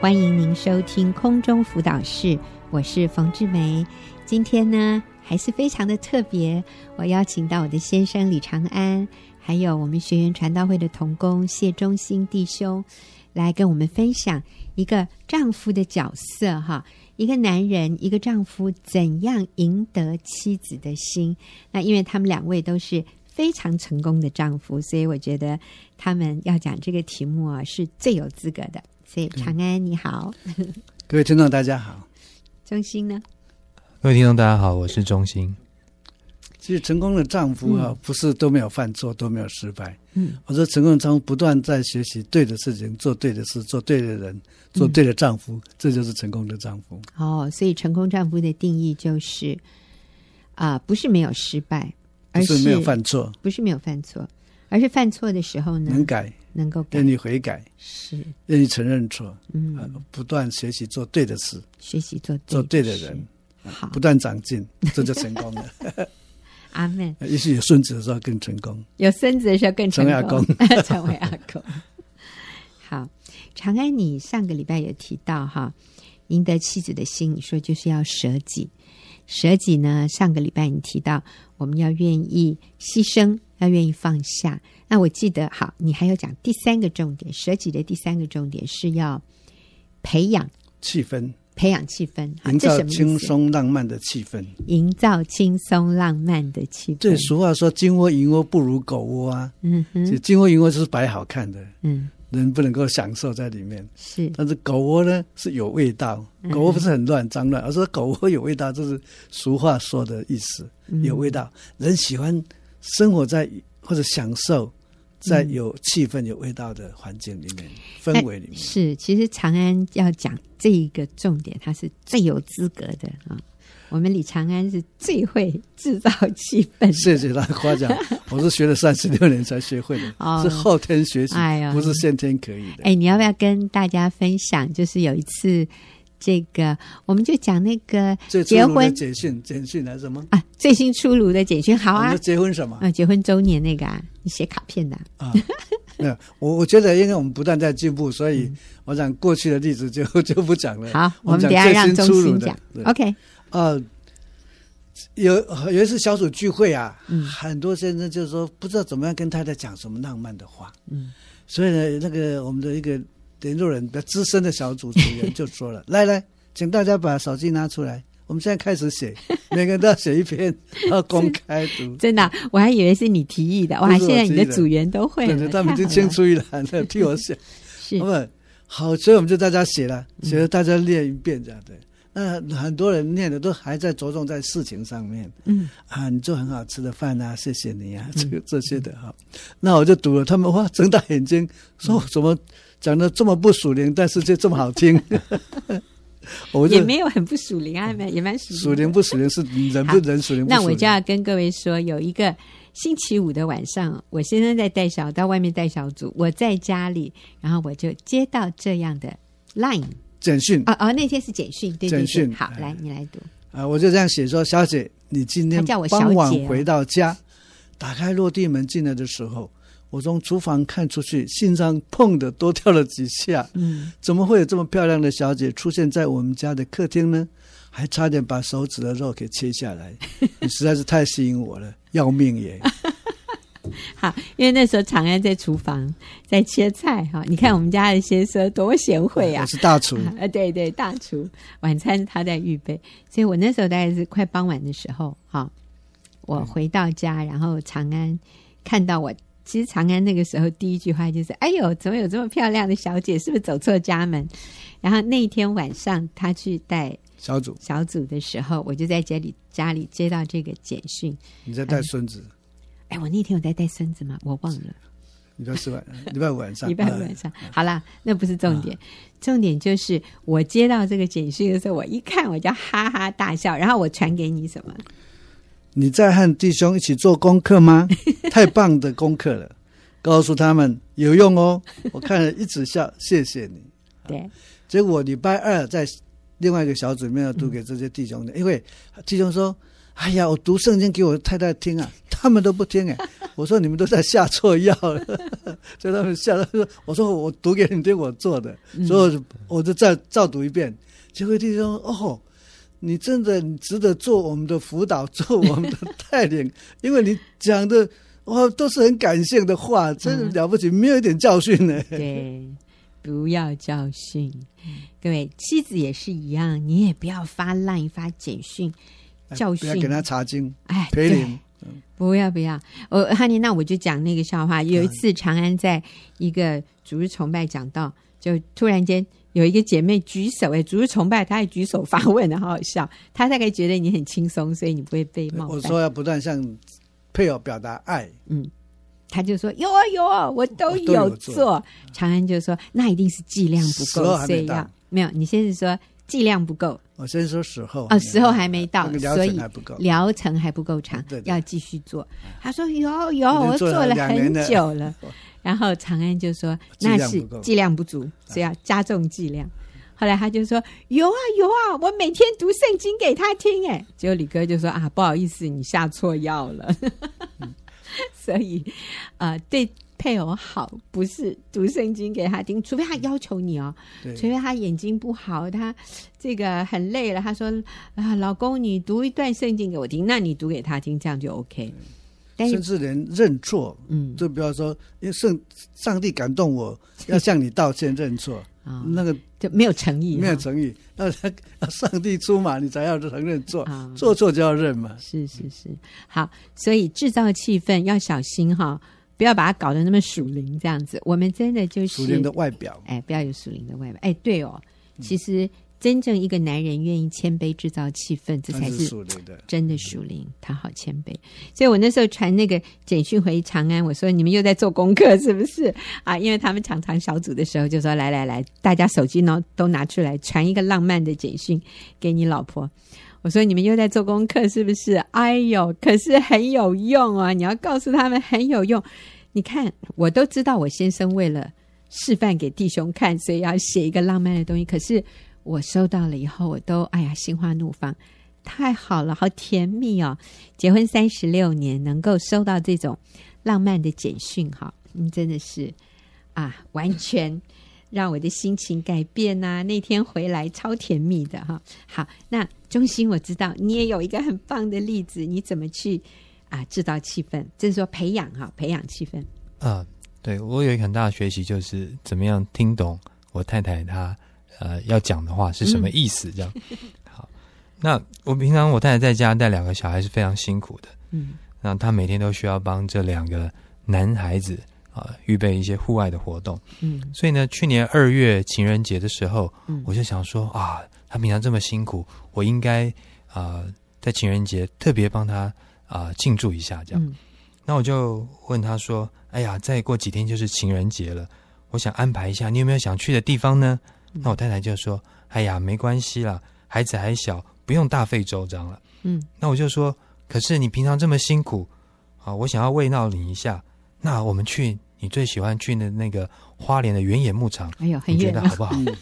欢迎您收听空中辅导室，我是冯志梅。今天呢，还是非常的特别，我邀请到我的先生李长安，还有我们学员传道会的童工谢忠兴弟兄，来跟我们分享一个丈夫的角色哈。一个男人，一个丈夫怎样赢得妻子的心？那因为他们两位都是非常成功的丈夫，所以我觉得他们要讲这个题目啊是最有资格的。所以长安你好，各位听众大家好。中心呢？各位听众，大家好，我是钟欣。其实成功的丈夫啊，不是都没有犯错，都没有失败。嗯，我说成功的丈夫不断在学习对的事情，做对的事，做对的嗯人，做对的丈夫，这就是成功的丈夫。哦，所以成功丈夫的定义就是啊、不是没有失败，不而是没有犯错，不是没有犯错，而是犯错的时候呢能改，能够改愿意悔改，是愿意承认错，嗯、啊不断学习做对的事，学习做对做对的事人。嗯好不，断长 进，这就成功了。啊阿门。也许有孙子的时候更成功。有孙子的时候更成功，成 成为阿公。 好，长安，你上个礼拜有提到哈，赢得妻子的心，你说就是要舍己。舍己呢，上个礼拜你提到我们要愿意牺牲，要愿意放下。那我记得好，你还有讲第三个重点，舍己的第三个重点是要培养气氛，培养气氛，好营啊这造什么意思轻，松浪漫的气氛。营造轻松浪漫的气氛。这俗话说“金窝银窝不如狗窝”啊，嗯其哼，实金窝银窝就是摆好看的，嗯，人不能够享受在里面。是但是狗窝呢是有味道，嗯狗窝不是很乱脏乱，而是狗窝有味道，这是俗话说的意思，嗯有味道。人喜欢生活在或者享受在嗯有气氛、有味道的环境里哎面、氛围里面。是，其实长安要讲这一个重点，他是最有资格的啊。我们李长安是最会制造气氛的，谢谢他的 夸奖，我是学了三十六年才学会的，哦是后天学习，哎呀不是先天可以的。哎，你要不要跟大家分享？就是有一次，这个我们就讲那个最初结入的婚简讯，简讯还是什么？啊，最新出炉的简讯，好我啊们，结婚什么？啊，结婚周年那个啊，你写卡片的啊、啊， 没有，我我觉得，因为我们不断在进步，所以我想过去的例子就 就不讲了。嗯好，我我们讲等一下最让新中出炉心的讲。对 OK，呃，有有一次小组聚会啊，嗯很多先生就说不知道怎么样跟太太讲什么浪漫的话，嗯，所以呢，那个我们的一个联络人比较资深的小组组员就说了：“ 来来，请大家把手机拿出来，我们现在开始写，每个人都要写一 篇，然后公开读。”真的啊、我还以为是你提议的，不哇，是现我在你的提议的组员都会对了，对，他们已太经好青了出于蓝了，替我写。是那么好，所以我们就大家写了，嗯写了大家念一遍这样的。那很多人念的都还在着重在事情上面嗯啊，你做很好吃的饭啊，谢谢你啊，这个这些的哈。那我就读了，他们哇睁大眼睛说嗯怎么讲的这么不属灵，但是却这么 好听。我也就没有很不属灵啊，蛮也蛮属灵的属灵不属灵是人不人属灵不属灵。那我就要跟各位说，有一个星期五的晚上，我先生在带小到外面带小组，我在家里，然后我就接到这样的 line，简讯哦哦，那天是简讯，对对嗯简对，讯好，哎来你来读，啊，我就这样写说：“小姐，你今天她叫我小姐哦傍晚回到家，打开落地门进来的时候，我从厨房看出去，心脏砰的多跳了几下。嗯，怎么会有这么漂亮的小姐出现在我们家的客厅呢？还差点把手指的肉给切 下来，你实在是太吸引我了，要命也！好，因为那时候长安在厨房在切菜哈，你看我们家的先生多贤惠啊我，是大 厨，啊，对对，大厨晚餐他在预备，所以我那时候大概是快傍晚的时候，哈、我回到家，然后长安看到我，其实长安那个时候第一句话就是：“哎呦，怎么有这么漂亮的小姐？是不是走错家门？”然后那一天晚上，他去带小组，小组的时候，我就在家里家里接到这个简讯。你在带孙子，哎，我那天我在带孙子吗？我忘了。礼拜四晚，礼拜五晚 上，礼拜五晚上。好啦，那不是重嗯点，重点就是我接到这个简讯的时候，我一看我就哈哈大笑，然后我传给你什么？你在和弟兄一起做功课吗？太棒的功课了，告诉他们有用哦。我看了一直笑，谢谢你。嗯对，结嗯果礼拜二在另外一个小组里面要读给这些弟兄的，因为弟兄说哎呀，我读圣经给我太太听啊， 他们都不听哎。 我说你们都在下错药了， 所以他们下他说，我说我读给你听我做的，嗯所以我就我就再照读一遍。结果弟兄哦，你真的你值得做我们的辅导，做我们的带领， 因为你讲的哇都是很感性的话，嗯真了不起，没有一点教训呢。对，不要教训，嗯各位妻子也是一样，你也不要发烂发简讯教哎 不要训给，他查经哎，陪对领，不要不要，我哈尼，那我就讲那个笑嗯话。有一次，长安在一个主日崇拜讲到，就突然间有一个姐妹举手，哎，主日崇拜，她还举手发问，好好笑。 她大概觉得你很轻松，所以你不会被冒我犯。说要不断向配偶表达爱。她就说有啊有啊，我都我都有有做做。长安就说那一定是剂量不时候够，还没所以要到没有。你先是说剂量不够我先说时候哦，时候还没到那个，疗所程以还不够。疗程还不够长，对对要继续做。他说有有，已经我做了了两很年了久 了。然后长安就说剂那量是不够哎剂量不足，所以要加重剂量。后来他就说有啊有啊，我每天读圣经给他听。哎，结果李哥就说啊，不好意思，你下错药了。嗯 所以，呃，对配偶好不是读圣经给他听，除非他要求你哦，对除非他眼睛不好，他这个很累了，他说啊，老公，你读一段圣经给我听，那你读给他听，这样就 OK。但甚是，至连认错，嗯就不要说，因为圣上帝感动我，要向你道歉认错，啊、那个就没有诚意哈，没有诚意，要要 上帝出马，你才要承认错，啊，做错就要认嘛。是是是，好，所以制造气氛要小心哈，不要把它搞得那么属灵这样子。我们真的就是属灵的外表，哎，不要有属灵的外表。哎，对哦，其实真正一个男人愿意谦卑制造气氛，这它才是是属灵的。真的属灵。他好谦卑，所以我那时候传那个简讯回长安，我说你们又在做功课是不是啊？因为他们常常小组的时候就说来来来，大家手机呢都拿出来，传一个浪漫的简讯给你老婆。我说你们又在做功课是不是？哎呦，可是很有用啊！你要告诉他们很有用。你看，我都知道我先生为了示范给弟兄看，所以要写一个浪漫的东西。可是我收到了以后，我都哎呀心花怒放，太好了，好甜蜜哦！结婚三十六年，能够收到这种浪漫的简讯，哈，嗯，真的是啊，完全让我的心情改变呐、 那天回来超甜蜜的哈。好，那中心我知道你也有一个很棒的例子，你怎么去啊制造气氛？这是说培养哈，培养气氛。啊，对我有一个很大的学习，就是怎么样听懂我太太她呃要讲的话是什么意思，这 样。好，那我平常我太太在家带两个小孩是非常辛苦的，嗯那她每天都需要帮这两个男孩子啊、预备一些户外的活动，嗯所以呢，去年二月情人节的时候，嗯我就想说啊，她平常这么辛苦，我应该啊、在情人节特别帮她啊、庆祝一下，这样。嗯那我就问他说：“哎呀，再过几天就是情人节了，我想安排一下，你有没有想去的地方呢？”那我太太就说：“哎呀，没关系啦，孩子还小，不用大费周章了。嗯”那我就说：“可是你平常这么辛苦啊，我想要慰劳你一下，那我们去你最喜欢去的那个花莲的原野牧场，哎呦，很你觉远得了。好不好嗯，？”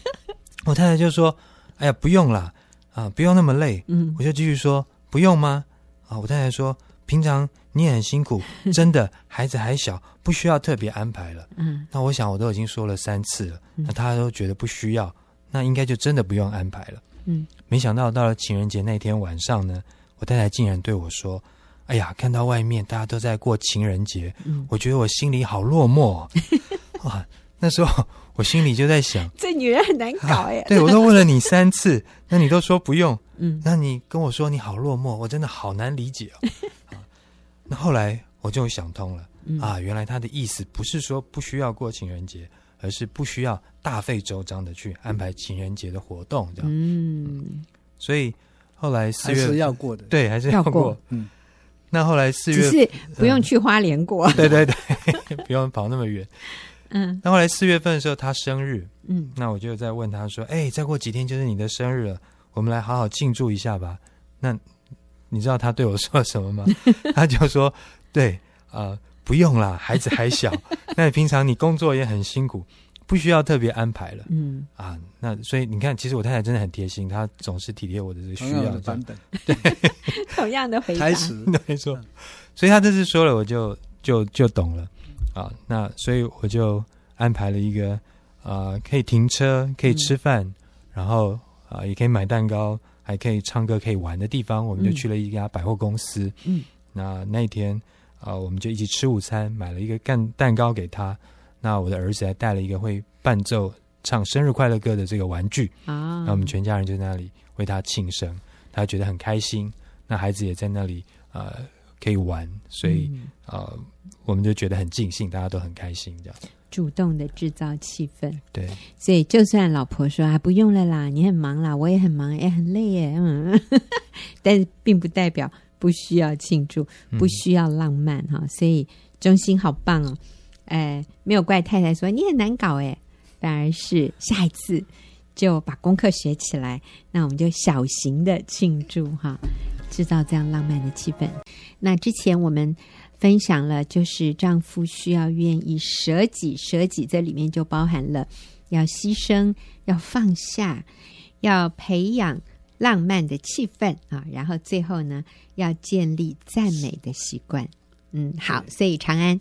我太太就说：“哎呀，不用啦，啊，不用那么累，嗯我就继续说：“不用吗？”啊，我太太说：“平常你也很辛苦，真的，孩子还小，不需要特别安排了。嗯”那我想我都已经说了三次了，那她都觉得不需要，那应该就真的不用安排了。嗯，没想到到了情人节那天晚上呢，我太太竟然对我说：“哎呀，看到外面大家都在过情人节，嗯，我觉得我心里好落寞、 哦。”哇，那时候我心里就在想。啊这女人很难搞哎、对，我都问了你三次，那你都说不用，嗯那你跟我说你好落寞，我真的好难理解 哦。啊那后来我就想通了嗯啊，原来他的意思不是说不需要过情人节，而是不需要大费周章的去安排情人节的活动，这样。嗯，所以后来四还月是要过的。对还是要要过过，嗯。那后来四只月嗯是不用去花莲过。对对对， 不用跑那么远。嗯那后来四月份的时候，他生日，嗯那我就再问他说：“哎、再过几天就是你的生日了，我们来好好庆祝一下吧。”那你知道他对我说什么吗？他就说：“呃对，啊，不用啦，孩子还小。那平常你工作也很辛苦，不需要特别安排了嗯，啊。那所以你看，其实我太太真的很贴心，她总是体贴我的这个需同样要的这版样。本同样的回答台，词，没错，所以她这次说了，我就就就懂了啊。那所以我就安排了一个啊，可以停车、可以嗯吃饭，然后啊、也可以买蛋糕，还可以唱歌、可以玩的地方。我们就嗯去了一家百货公司。嗯，那那一天啊、我们就一起吃午餐，买了一个蛋蛋糕给她。那我的儿子还带了一个会伴奏唱生日快乐歌的这个玩具。啊，那我们全家人就在那里为他庆生，他觉得很开心。那孩子也在那里呃可以玩，所以、嗯呃我们就觉得很尽兴，大家都很开心这样。主动的制造气氛。 对，所以，就算老婆说啊，不用了啦，你很忙啦，我也很忙，哎、很累耶，嗯， 但是并不代表不需要庆祝，嗯不需要浪漫哈、所以，中心好棒哦，哎，没有怪太太说你很难搞哎，反而是下一次就把功课学起来，那我们就小型的庆祝哈，制造这样浪漫的气氛。那之前我们分享了，就是丈夫需要愿意舍己，舍己这里面就包含了要牺牲、要放下、要培养浪漫的气氛啊，然后最后呢，要建立赞美的习惯。嗯，好，所以长安，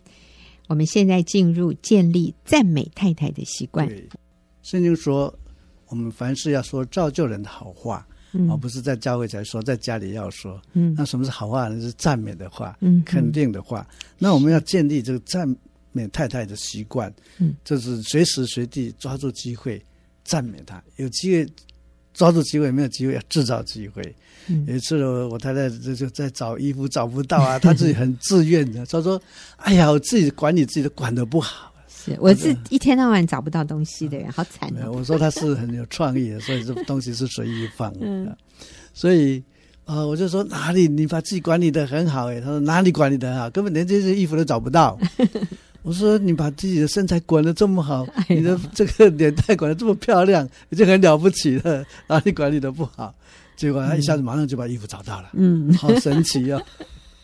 我们现在进入建立赞美太太的习惯。对，圣经说，我们凡事要说造就人的好话，嗯而不是在教会才说，在家里要说。嗯那什么是好话呢？是赞美的话，嗯哼肯定的话。那我们要建立这个赞美太太的习惯，嗯，就是随时随地抓住机会赞美她，有机会。抓住机会，没有机会要制造机会。嗯有一次我我太太就就在找衣服找不到啊，她自己很自愿的，她说：“哎呀，我自己管理自己都管得不好。”是我是一天到晚找不到东西的人，好惨没有，哦。我说他是很有创意的，所以这东西是随意放的。啊所以，呃，我就说哪里你把自己管理的很好哎诶，他说哪里管理的很好，根本连这些衣服都找不到。我说你把自己的身材管得这么好，哎呀你的这个脸蛋管得这么漂亮，已经很了不起了，哪里管理的不好？结果他一下子马上就把衣服找到了，嗯，好神奇哦！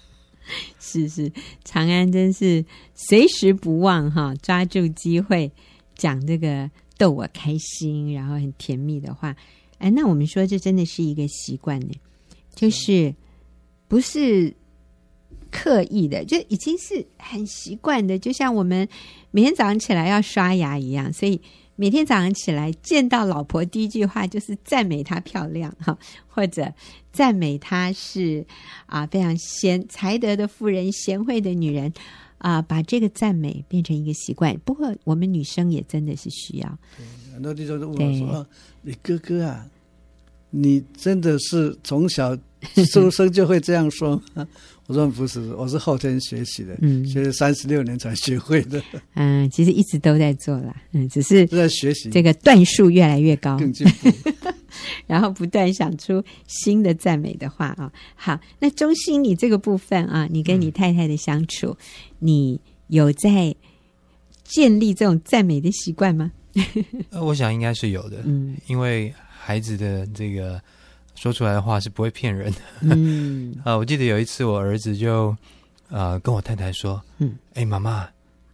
是是，长安真是随时不忘哈，抓住机会讲这个逗我开心，然后很甜蜜的话。哎，那我们说这真的是一个习惯呢，就是不是刻意的，就已经是很习惯的，就像我们每天早上起来要刷牙一样，所以。每天早上起来见到老婆，第一句话就是赞美她漂亮哈，或者赞美她是啊，非常贤才德的妇人，贤惠的女人啊，把这个赞美变成一个习惯。不过我们女生也真的是需要，很多地方都问我对说：“啊你哥哥啊，你真的是从小出生就会这样说吗？”我说：“不是，我是后天学习的，嗯学了三十六年才学会 的，嗯，其实一直都在做啦，嗯，只是都在学习，这个段数越来越高，更进步。然后不断想出新的赞美的话啊、好，那中心你这个部分啊，你跟你太太的相处，你有在建立这种赞美的习惯吗？呃，我想应该是有的，嗯因为孩子的这个说出来的话是不会骗人的。 嗯啊，我记得有一次我儿子就呃跟我太太说，嗯，哎、妈妈，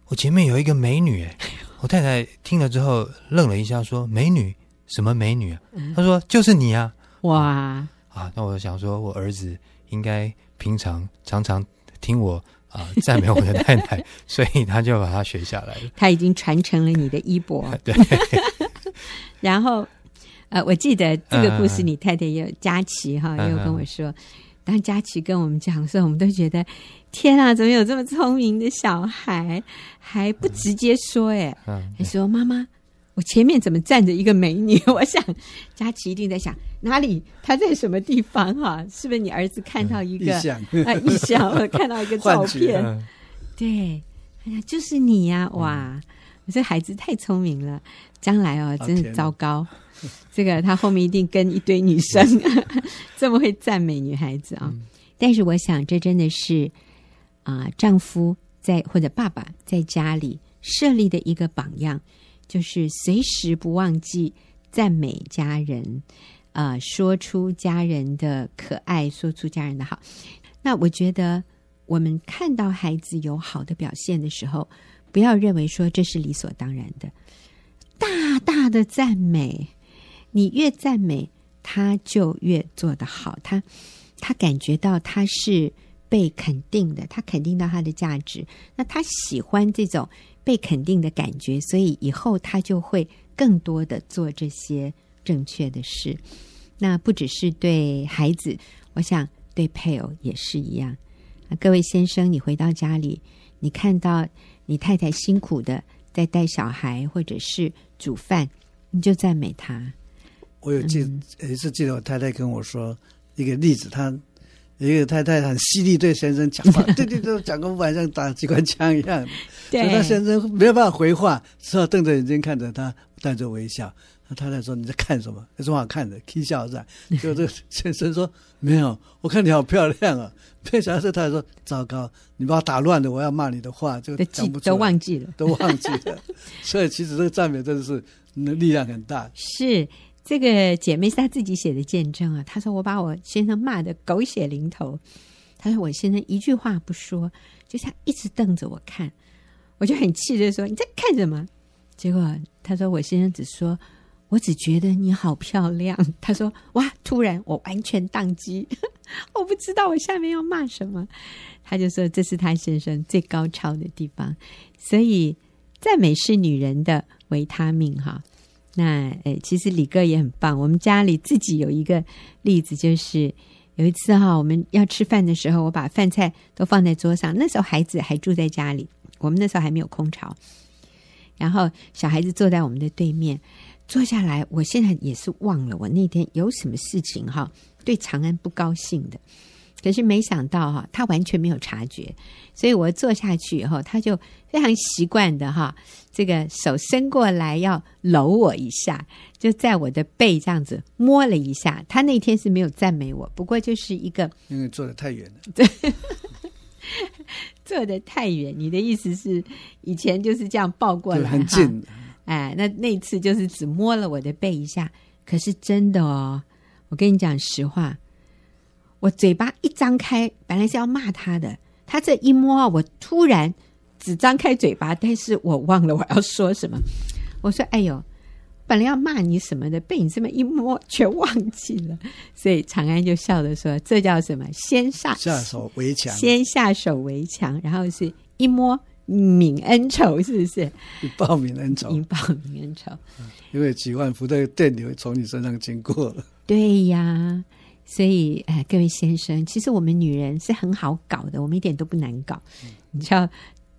我前面有一个美女、 哎，我太太听了之后愣了一下，说美女什么美女啊？嗯她说就是你啊。哇，啊，那我想说，我儿子应该平常常常听我啊、赞美我的太太， 所以他就把它学下来了。他已经传承了你的衣钵。对，然后，呃，我记得这个故事，嗯嗯嗯你太太也有佳琪哈，也有嗯嗯跟我说，当佳琪跟我们讲的时候，我们都觉得天啊，怎么有这么聪明的小孩，还不直接说哎、嗯，还说妈妈。我前面怎么站着一个美女？ 我想，佳琪一定在想哪里，她在什么地方哈、是不是你儿子看到一意个啊 向异想，或者看到一个 照幻觉片？嗯对，哎呀，就是你呀、哇，我这孩子太聪明了，将来哦，好真的甜糟糕。这个他后面一定跟一堆女生 这么会赞美女孩子啊、但是我想，这真的是啊、丈夫在或者爸爸在家里设立的一个榜样，就是随时不忘记赞美家人，啊、说出家人的可爱，说出家人的好。那我觉得，我们看到孩子有好的表现的时候，不要认为说这是理所当然的，大大的赞美，你越赞美，他就越做得好。他他感觉到他是被肯定的，他肯定到他的价值，那他喜欢这种被肯定的感觉，所以以后他就会更多的做这些正确的事。那不只是对孩子，我想对配偶也是一样。啊，各位先生，你回到家里，你看到你太太辛苦的在带小孩或者是煮饭，你就赞美她。我有嗯记有一次记得我太太跟我说一个例子，她有一个太太很犀利对先生讲 话，对对对，讲个晚像打机关枪一样，所以她先生没有办法回话，只好瞪着眼睛看着他，带着微笑。那太太说你在看什么？有什么好看的？k 笑噻。就这个先生说没有，我看你好漂亮啊。没想到这太太说糟糕，你把我打乱了，我要骂你的话就都讲记不出来，都忘记了。都忘记了。所以其实这个赞美真的是能力量很大。是这个姐妹是她自己写的见证啊。她说我把我先生骂得狗血淋头，她说我先生一句话不说，就像一直瞪着我看，我就很气的说你在看什么？结果她说我先生只说。我只觉得你好漂亮。她说：“哇！突然我完全宕机， 我不知道我下面要骂什么。”她就说：“这是她先生最高超的地方。”所以赞美是女人的维他命哈。那呃，其实李哥也很棒。我们家里自己有一个例子，就是有一次哈，我们要吃饭的时候，我把饭菜都放在桌上。那时候孩子还住在家里，我们那时候还没有空巢。然后小孩子坐在我们的对面，坐下来，我现在也是忘了我那天有什么事情哈，对长安不高兴的。可是没想到哈，他完全没有察觉，所以我坐下去以后，他就非常习惯的哈，这个手伸过来要搂我一下，就在我的背这样子摸了一下。他那天是没有赞美我，不过就是一个因为坐得太远了，坐得太远。你的意思是以前就是这样抱过对，来，很哈近。哎，那那一次就是只摸了我的背一下，可是真的哦，我跟你讲实话，我嘴巴一张开，本来是要骂他的，他这一摸，啊我突然只张开嘴巴，但是我忘了我要说什么。我说：“哎呦，本来要骂你什么的，被你这么一摸，全忘记了。”所以长安就笑着说：“这叫什么？先下下手为强，先下手为强，然后是一摸泯恩仇，是不是？以报名恩仇引，爆泯恩仇。”因为几万伏的电流从你身上经过了。对呀，所以哎、呃各位先生，其实我们女人是很好搞的，我们一点都不难搞。你只要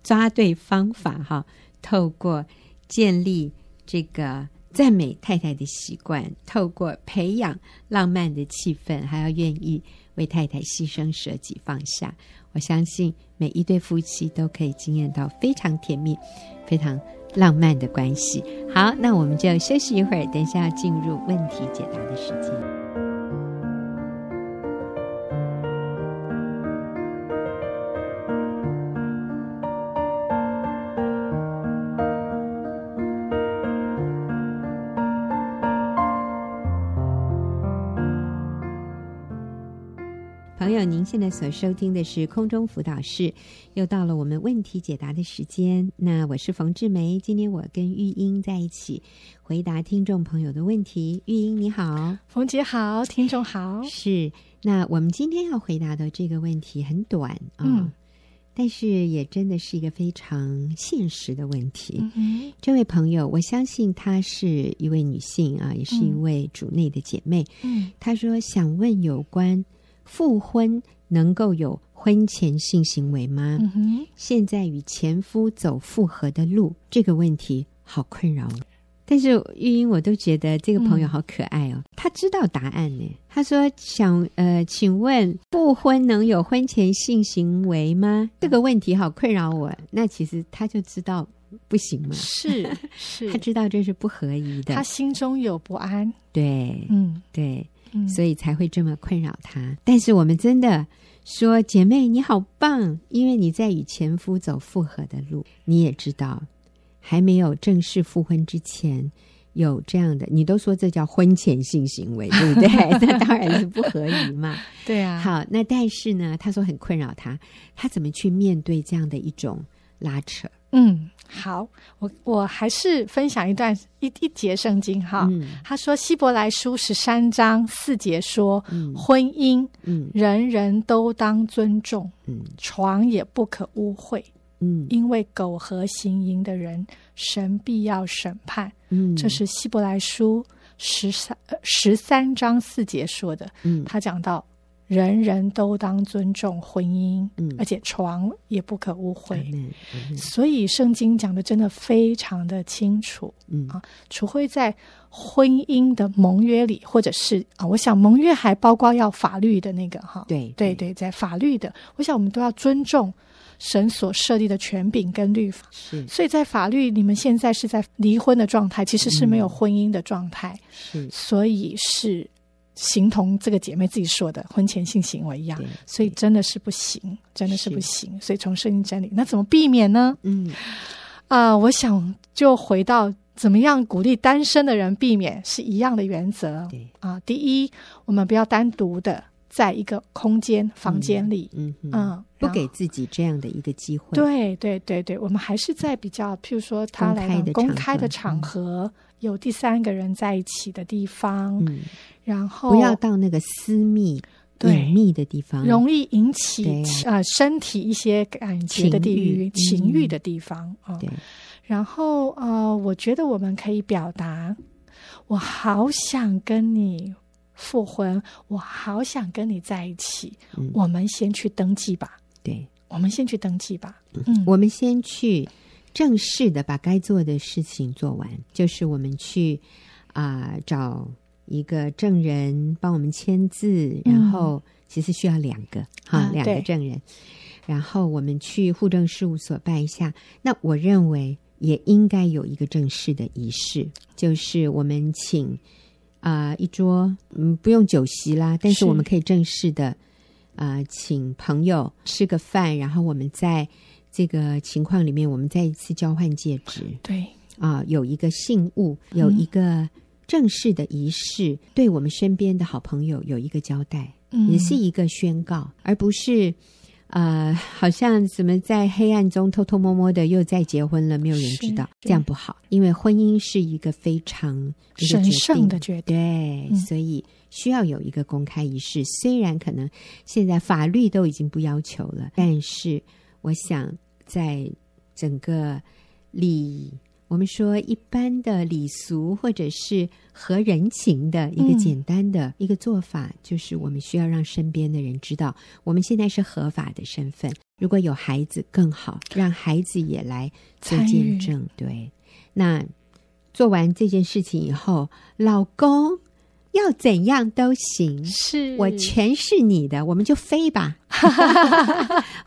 抓对方法哈，透过建立这个赞美太太的习惯，透过培养浪漫的气氛，还要愿意为太太牺牲、舍己、放下。我相信每一对夫妻都可以经验到非常甜蜜、非常浪漫的关系。好，那我们就休息一会儿，等一下要进入问题解答的时间。朋友，您现在所收听的是空中辅导室，又到了我们问题解答的时间。那我是冯志梅，今天我跟玉英在一起回答听众朋友的问题。玉英你好，冯姐好，听众好。是。那我们今天要回答的这个问题很短啊、嗯但是也真的是一个非常现实的问题。嗯这位朋友，我相信她是一位女性啊，也是一嗯位主内的姐妹。嗯他说想问有关复婚能够有婚前性行为吗？嗯哼，现在与前夫走复合的路这个问题好困扰哦。但是玉英，我都觉得这个朋友嗯好可爱哦，他知道答案呢。他说想呃，请问复婚能有婚前性行为吗？这个问题好困扰我。那其实他就知道不行嘛， 是他是，知道这是不合宜的他。心中有不安。对嗯对，嗯，所以才会这么困扰她。但是我们真的说，姐妹你好棒，因为你在与前夫走复合的路。你也知道，还没有正式复婚之前，有这样的，你都说这叫婚前性行为，对不对？ 那当然是不合宜嘛。对啊，好，那但是呢，她说很困扰她，她怎么去面对这样的一种拉扯？嗯，好，我我还是分享一段一一节圣经哈。嗯他说，《希伯来书》十三章四节说，嗯婚姻嗯人人都当尊重，嗯床也不可污秽，嗯因为苟合行淫的人，神必要审判。嗯，这是《希伯来书》十三呃十三章四节说的。嗯他讲到，人人都当尊重婚姻，嗯而且床也不可污秽。嗯所以圣经讲的真的非常的清楚，嗯啊，除非在婚姻的盟约里，或者是啊，我想盟约还包括要法律的那个哈，对嗯对对，在法律的，我想我们都要尊重神所设立的权柄跟律法。是所以在法律，你们现在是在离婚的状态，其实是没有婚姻的状态，嗯是所以是形同这个姐妹自己说的婚前性行为一样对，所以真的是不行，真的是是不行。所以从圣经真理，那怎么避免呢？嗯啊、我想就回到怎么样鼓励单身的人避免是一样的原则对啊、第一，我们不要单独的在一个空间、房间里，嗯嗯嗯，不然后给自己这样的一个机会，对对对对，我们还是在比较，譬如说他来到公公开开的的场合嗯场合，有第三个人在一起的地方，嗯，然后不要到那个私密哦对隐秘的地方，容易引对起呀呃身体一些感觉的情地欲域、情欲嗯的地方啊。对然后呃，我觉得我们可以表达，我好想跟你复婚，我好想跟你在一起，嗯我们先去登记吧，对，我们先去登记吧。嗯，我们先去正式的把该做的事情做完，就是我们去啊、找一个证人帮我们签字，嗯然后其实需要两个哈、啊两个对证人，然后我们去户政事务所办一下。那我认为也应该有一个正式的仪式，就是我们请啊、一桌，嗯，不用酒席啦，但是是我们可以正式的啊、请朋友吃个饭，然后我们在这个情况里面，我们再一次交换戒指对，啊、有一个信物，有一个正式的仪式，对我们身边的好朋友有一个交代，嗯，也是一个宣告，而不是。呃，好像怎么在黑暗中偷偷摸摸的又再结婚了，没有人知道是，这样不好，因为婚姻是一个非常一个神决定圣的决定。对，嗯所以需要有一个公开仪式。虽然可能现在法律都已经不要求了，但是我想在整个礼，我们说一般的礼俗或者是合人情的一个嗯简单的一个做法，就是我们需要让身边的人知道，我们现在是合法的身份。如果有孩子更好，让孩子也来做参与见证。对，那做完这件事情以后，老公要怎样都行，是我全是你的，我们就飞吧，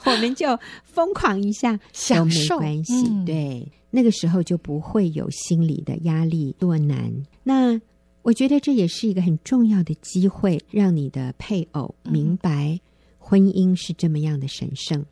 我们就疯狂一下都享没受关系。嗯对，那个时候就不会有心理的压力多难。那我觉得这也是一个很重要的机会，让你的配偶明白婚姻是这么样的神圣，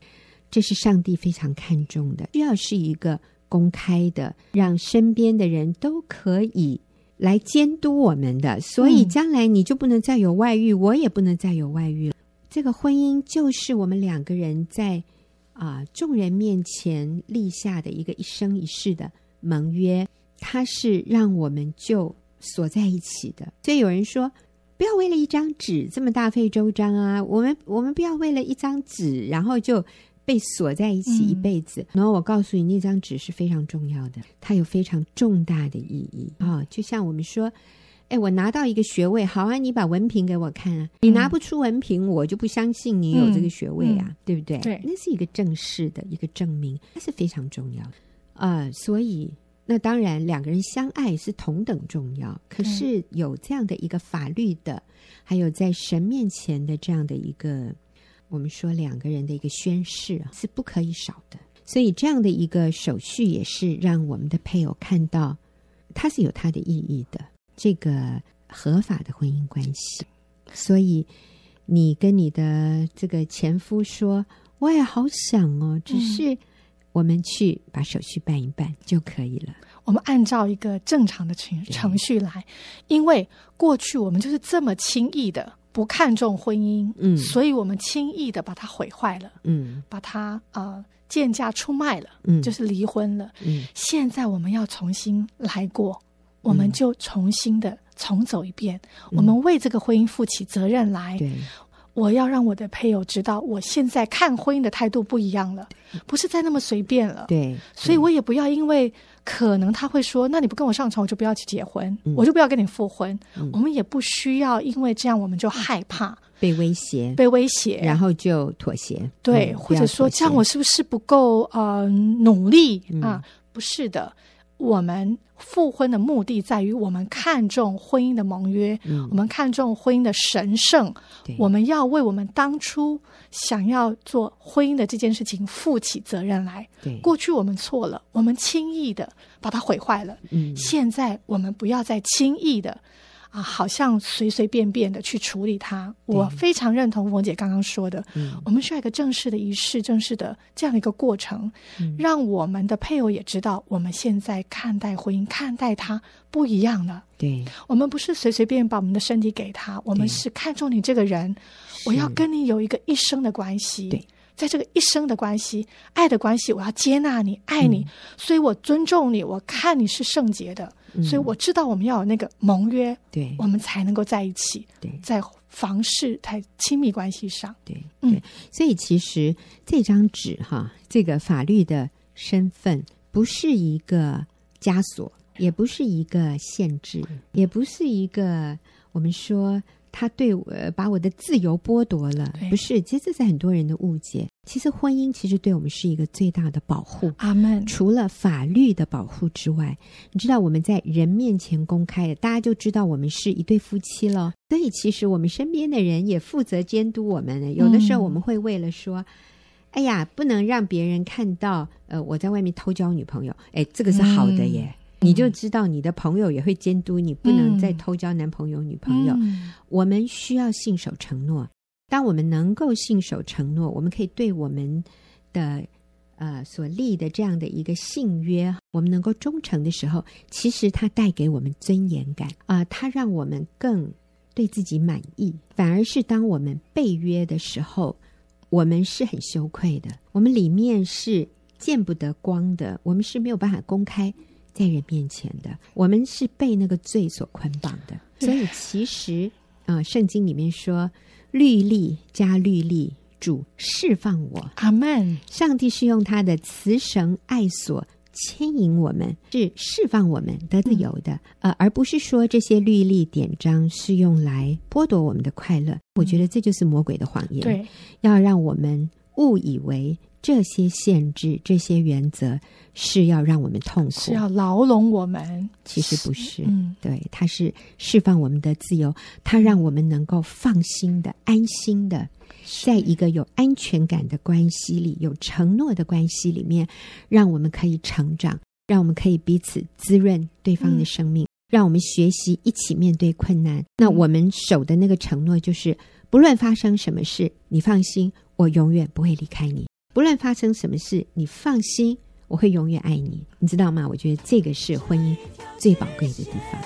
这是上帝非常看重的，需要是一个公开的，让身边的人都可以。来监督我们的，所以嗯将来你就不能再有外遇，我也不能再有外遇了。这个婚姻就是我们两个人在啊、众人面前立下的一个一生一世的盟约，它是让我们就锁在一起的。所以有人说，不要为了一张纸这么大费周章啊！我们我们不要为了一张纸，然后就被锁在一起嗯一辈子。然后我告诉你，那张纸是非常重要的，它有非常重大的意义啊、就像我们说。哎，我拿到一个学位，好啊，你把文凭给我看嗯啊！你拿不出文凭，我就不相信你有这个学位啊，对不对？嗯对那是一个正式的一个证明，它是非常重要的啊、所以那当然，两个人相爱是同等重要，可是有这样的一个法律的，还有在神面前的这样的一个，我们说两个人的一个宣誓啊是不可以少的。所以这样的一个手续也是让我们的配偶看到，它是有它的意义的，这个合法的婚姻关系。所以你跟你的这个前夫说，我也好想哦，只是我们去把手续办一办就可以了。我们按照一个正常的程程序来，因为过去我们就是这么轻易的不看重婚姻，嗯所以我们轻易的把它毁坏了，嗯把它啊、呃贱价出卖了，嗯，就是离婚了。嗯现在我们要重新来过，我嗯们就重新的重走一遍，我们为这个婚姻负起责任来。对，我要让我的配偶知道，我现在看婚姻的态度不一样了，不是再那么随便了。对，所以我也不要因为可能他会说，那你不跟我上床，我就不要去结婚，嗯我就不要跟你复婚。我们也不需要因为这样我们就害怕被威胁，被威胁，嗯然后就妥协，对，嗯或者说这样我，是不是不够呃努力嗯啊？不是的，我们复婚的目的在于我们看重婚姻的盟约，不要妥协嗯我们看重婚姻的神圣，对我们要为我们当初想要做婚姻的这件事情负起责任来。对，过去我们错了，我们轻易的把它毁坏了，嗯现在我们不要再轻易的啊，好像随随便便的去处理它。我非常认同冯姐刚刚说的，嗯我们需要一个正式的仪式，正式的这样的一个过程，让我们的配偶也知道我们现在看待婚姻、看待它不一样了。对，我们不是随随便把我们的身体给他，我们是看重你这个人，我要跟你有一个一生的关系。对在这个一生的关系、爱的关系，我要接纳你、爱你，嗯所以我尊重你，我看你是圣洁的，嗯所以我知道我们要有那个盟约，对我们才能够在一起，嗯对在房事、在亲密关系上。对嗯对，所以其实这张纸哈，这个法律的身份不是一个枷锁，也不是一个限制，嗯也不是一个我们说他对我呃把我的自由剥夺了，对不是。其实这是很多人的误解。其实婚姻其实对我们是一个最大的保护。阿门。除了法律的保护之外，你知道我们在人面前公开的，大家就知道我们是一对夫妻了。所以其实我们身边的人也负责监督我们。有的时候我们会为了嗯说。哎呀，不能让别人看到，呃，我在外面偷交女朋友，哎，这个是好的耶，嗯你就知道你的朋友也会监督你，不能再嗯偷交男朋友、女朋友。嗯我们需要信守承诺。当我们能够信守承诺，我们可以对我们的呃所立的这样的一个信约，我们能够忠诚的时候，其实它带给我们尊严感啊、它让我们更对自己满意。反而是当我们被约的时候，我们是很羞愧的，我们里面是见不得光的，我们是没有办法公开在人面前的，我们是被那个罪所捆绑的。所以其实啊、呃圣经里面说，律例加律例，主释放我。阿门。上帝是用他的慈绳爱索牵引我们，是释放我们得自由的，嗯呃，而不是说这些律例典章是用来剥夺我们的快乐。我觉得这就是魔鬼的谎言。嗯对，要让我们误以为这些限制、这些原则是要让我们痛苦，是要牢笼我们。其实不是。嗯，对，它是释放我们的自由，它让我们能够放心的、安心的，在一个有安全感的关系里、有承诺的关系里面，让我们可以成长，让我们可以彼此滋润对方的嗯生命，让我们学习一起面对困难。那我们守的那个承诺就是，不论发生什么事，你放心，我永远不会离开你；不论发生什么事，你放心。我会永远爱你，你知道吗？我觉得这个是婚姻最宝贵的地方。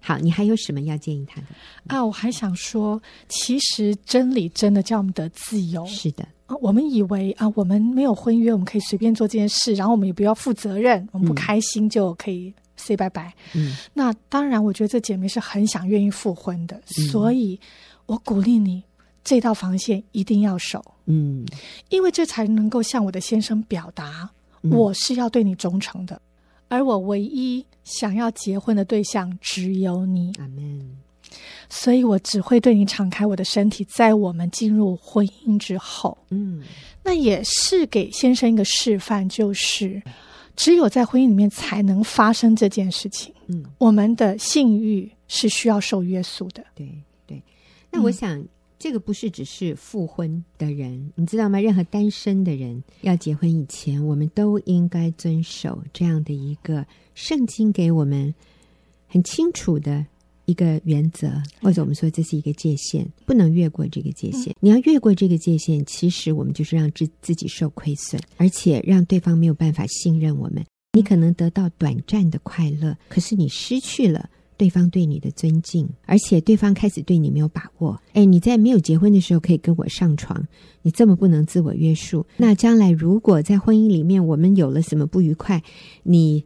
好，你还有什么要建议他的？啊，我还想说，其实真理真的叫我们得自由。是的，啊我们以为啊，我们没有婚约，我们可以随便做这件事，然后我们也不要负责任，我们不嗯开心就可以 say 拜拜。嗯，那当然，我觉得这姐妹是很想愿意复婚的，嗯所以我鼓励你，这道防线一定要守，嗯，因为这才能够向我的先生表达，嗯我是要对你忠诚的，而我唯一想要结婚的对象只有你。阿门，所以我只会对你敞开我的身体，在我们进入婚姻之后，嗯，那也是给先生一个示范，就是只有在婚姻里面才能发生这件事情。嗯，我们的性欲是需要受约束的。对对。那我想，这个不是只是复婚的人，你知道吗？任何单身的人要结婚以前，我们都应该遵守这样的一个圣经给我们很清楚的一个原则，或者我们说这是一个界限，不能越过这个界限。你要越过这个界限，其实我们就是让自自己受亏损，而且让对方没有办法信任我们。你可能得到短暂的快乐，可是你失去了对方对你的尊敬，而且对方开始对你没有把握。哎，你在没有结婚的时候可以跟我上床，你这么不能自我约束。那将来如果在婚姻里面我们有了什么不愉快，你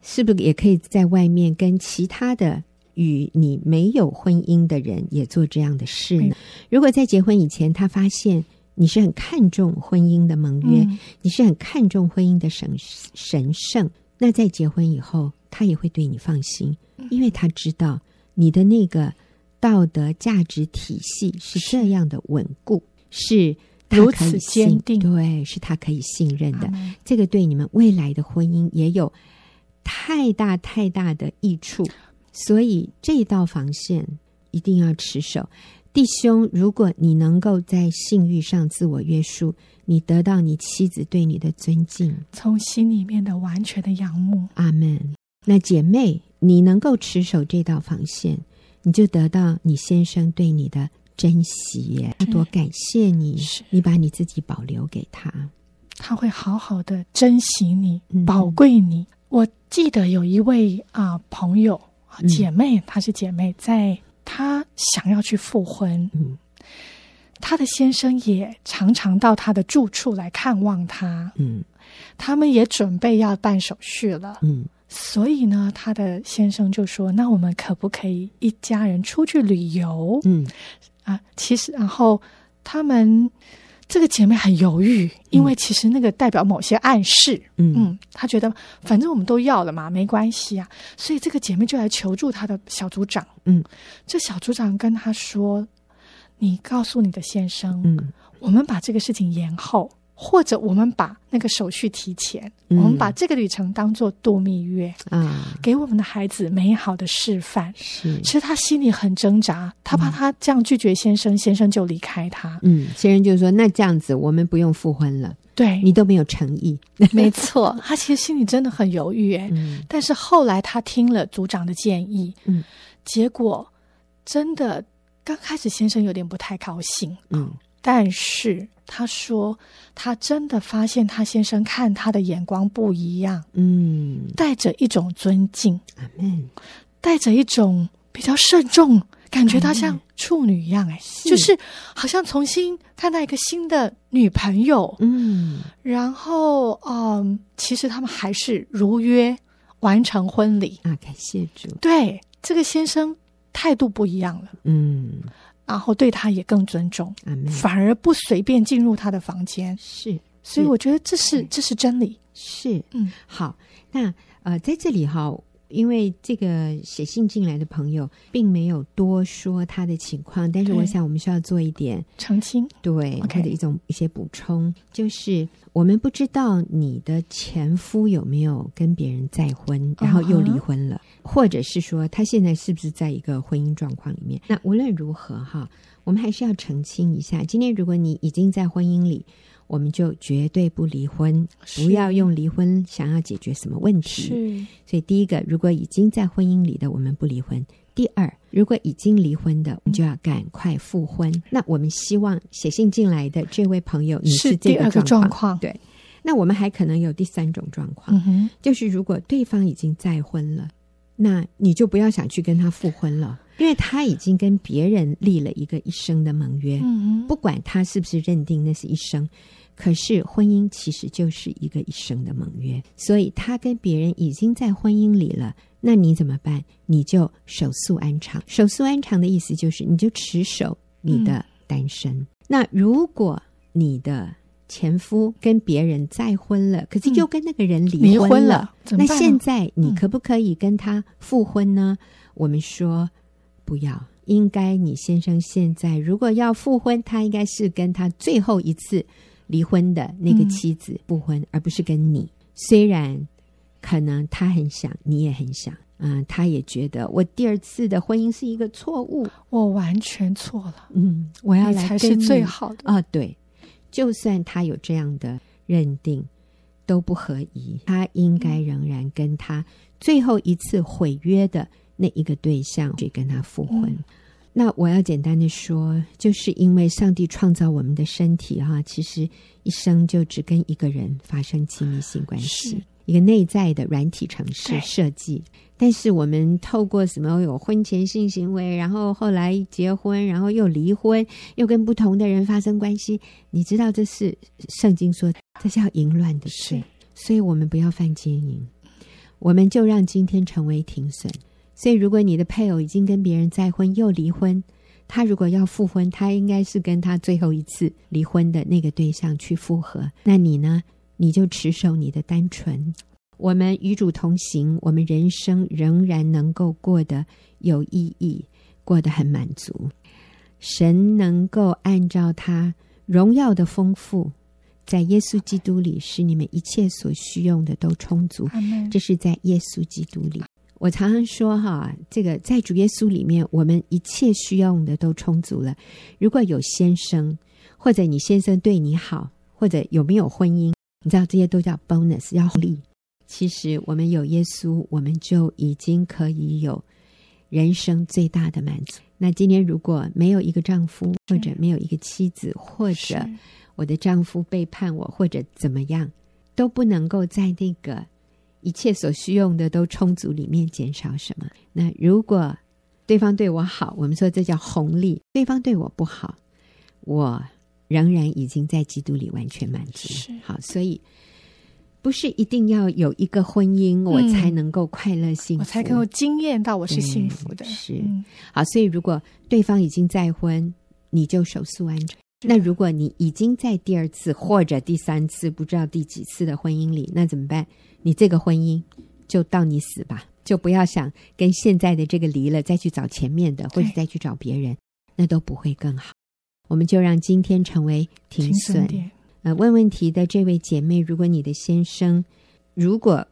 是不是也可以在外面跟其他的与你没有婚姻的人也做这样的事呢？如果在结婚以前他发现你是很看重婚姻的盟约，嗯你是很看重婚姻的神神圣，那在结婚以后，他也会对你放心，嗯因为他知道你的那个道德价值体系是这样的稳固，是他嗯如可以此信坚定对，是他可以信任的阿。门这个对你们未来的婚姻也有太大太大的益处，所以这道防线一定要持守。弟兄，如果你能够在性欲上自我约束，你得到你妻子对你的尊敬，从心里面的完全的仰慕，阿门。那姐妹，你能够持守这道防线，你就得到你先生对你的珍惜耶，他多感谢你是，你把你自己保留给他。他会好好的珍惜你嗯，宝贵你。我记得有一位啊、朋友啊嗯姐妹，她是姐妹，在她想要去复婚，嗯她的先生也常常到她的住处来看望她，嗯他们也准备要办手续了。嗯所以呢，她的先生就说：“那我们可不可以一家人出去旅游？”嗯啊，其实然后他们这个姐妹很犹豫，因为其实那个代表某些暗示，嗯嗯，她觉得反正我们都要了嘛，没关系啊，所以这个姐妹就来求助她的小组长，嗯，这小组长跟她说：“你告诉你的先生，嗯。我们把这个事情延后，或者我们把那个手续提前，嗯我们把这个旅程当做度蜜月，啊，给我们的孩子美好的示范。”是，其实她心里很挣扎，她怕她这样拒绝先生，先生就离开她。嗯，先生就说那这样子，我们不用复婚了，对，你都没有诚意， 没错，她其实心里真的很犹豫哎。嗯但是后来她听了组长的建议，嗯，结果真的刚开始先生有点不太高兴，嗯但是她说她真的发现她先生看她的眼光不一样，嗯，带着一种尊敬，阿门，带着一种比较慎重，感觉她像处女一样嗯哎、就是好像重新看到一个新的女朋友，嗯然后，嗯，其实他们还是如约完成婚礼。啊，感谢主，对这个先生态度不一样了，嗯，然后对他也更尊重，阿门，反而不随便进入他的房间。嗯是所以我觉得这是嗯这是真理。是，嗯，好，那呃，在这里哈。因为这个写信进来的朋友并没有多说他的情况，但是对我想我们需要做一点澄清，对 OK 或者一种一些补充，就是我们不知道你的前夫有没有跟别人再嗯婚，然后又离婚了或者是说他现在是不是在一个婚姻状况里面？那无论如何哈，我们还是要澄清一下。今天如果你已经在婚姻里，我们就绝对不离婚，是不要用离婚想要解决什么问题。是所以第一个，如果已经在婚姻里的，我们不离婚；第二，如果已经离婚的，我们就要赶快复婚。嗯那我们希望写信进来的这位朋友，你是这第二个状状。况。对那我们还可能有第三种状况，嗯哼，就是如果对方已经再婚了，那你就不要想去跟他复婚了，因为他已经跟别人立了一个一生的盟约。嗯哼，不管他是不是认定那是一生，可是婚姻其实就是一个一生的盟约，所以他跟别人已经在婚姻里了，那你怎么办？你就手速安长。手速安长的意思就是，你就持守你的单身。那如果你的前夫跟别人再婚了，可是嗯又跟那个人离婚婚了，怎那么办呢？现在你嗯可不可以跟他复婚呢？我们说不要，应该你先生现在如果要复婚，他应该是跟他最后一次离婚的那个嗯妻子复婚，而不是跟你。虽然可能他很想，你也很想，嗯、他也觉得我第二次的婚姻是一个错误，我完全错了，嗯，我要你来才跟是你最好的。啊，对，就算他有这样的认定，都不合宜，他应该嗯仍然跟他最后一次毁约的那一个对象去跟他复婚。嗯那我要简单的说，就是因为上帝创造啊我们的身体哈、其实一生就只跟一个人发生亲密性关系是。一个内在的软体城市对设计。但是我们透过什么有婚前性行为，然后后来结婚，然后又离婚，又跟不同的人发生关系，你知道这是圣经说这叫淫乱的罪是，所以我们不要犯奸淫，我们就让今天成为庭审。所以，如果你的配偶已经跟别人再婚又离婚，他如果要复婚，他应该是跟他最后一次离婚的那个对象去复合。那你呢？你就持守你的单纯。我们与主同行，我们人生仍然能够过得有意义，过得很满足。神能够按照他荣耀的丰富，在耶稣基督里，使你们一切所需用的都充足。阿门这是在耶稣基督里。我常常说哈，这个在主耶稣里面，我们一切需要的都充足了。如果有先生，或者你先生对你好，或者有没有婚姻，你知道这些都叫 bonus，要利。其实我们有耶稣，我们就已经可以有人生最大的满足。那今天如果没有一个丈夫，或者没有一个妻子，或是者我的丈夫背叛我，或者怎么样，都不能够在那个一切所需用的都充足里面减少什么。那如果对方对我好，我们说这叫红利；对方对我不好，我仍然已经在基督里完全满足是。好，所以不是一定要有一个婚姻，我嗯才能够快乐幸福，我才能够惊艳到我是幸福的。对是嗯好，啊所以如果对方已经再婚，你就手速安全。那如果你已经在第二次或者第三次，不知道第几次的婚姻里，那怎么办？你这个婚姻就到你死吧，就不要想跟现在的这个离了，再去找前面的，或者对再去找别人，那都不会更好。我们就让今天成为停停损损。点，呃，问问题的这位姐妹，如果你的先生，如果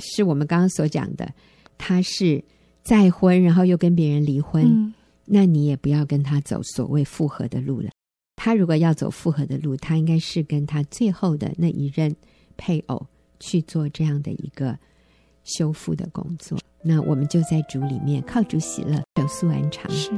是我们刚刚所讲的，他是再婚，然后又跟别人离婚，嗯，那你也不要跟他走所谓复合的路了。他如果要走复合的路，他应该是跟他最后的那一任配偶去做这样的一个修复的工作。那我们就在主里面靠主喜乐，手速安长。是。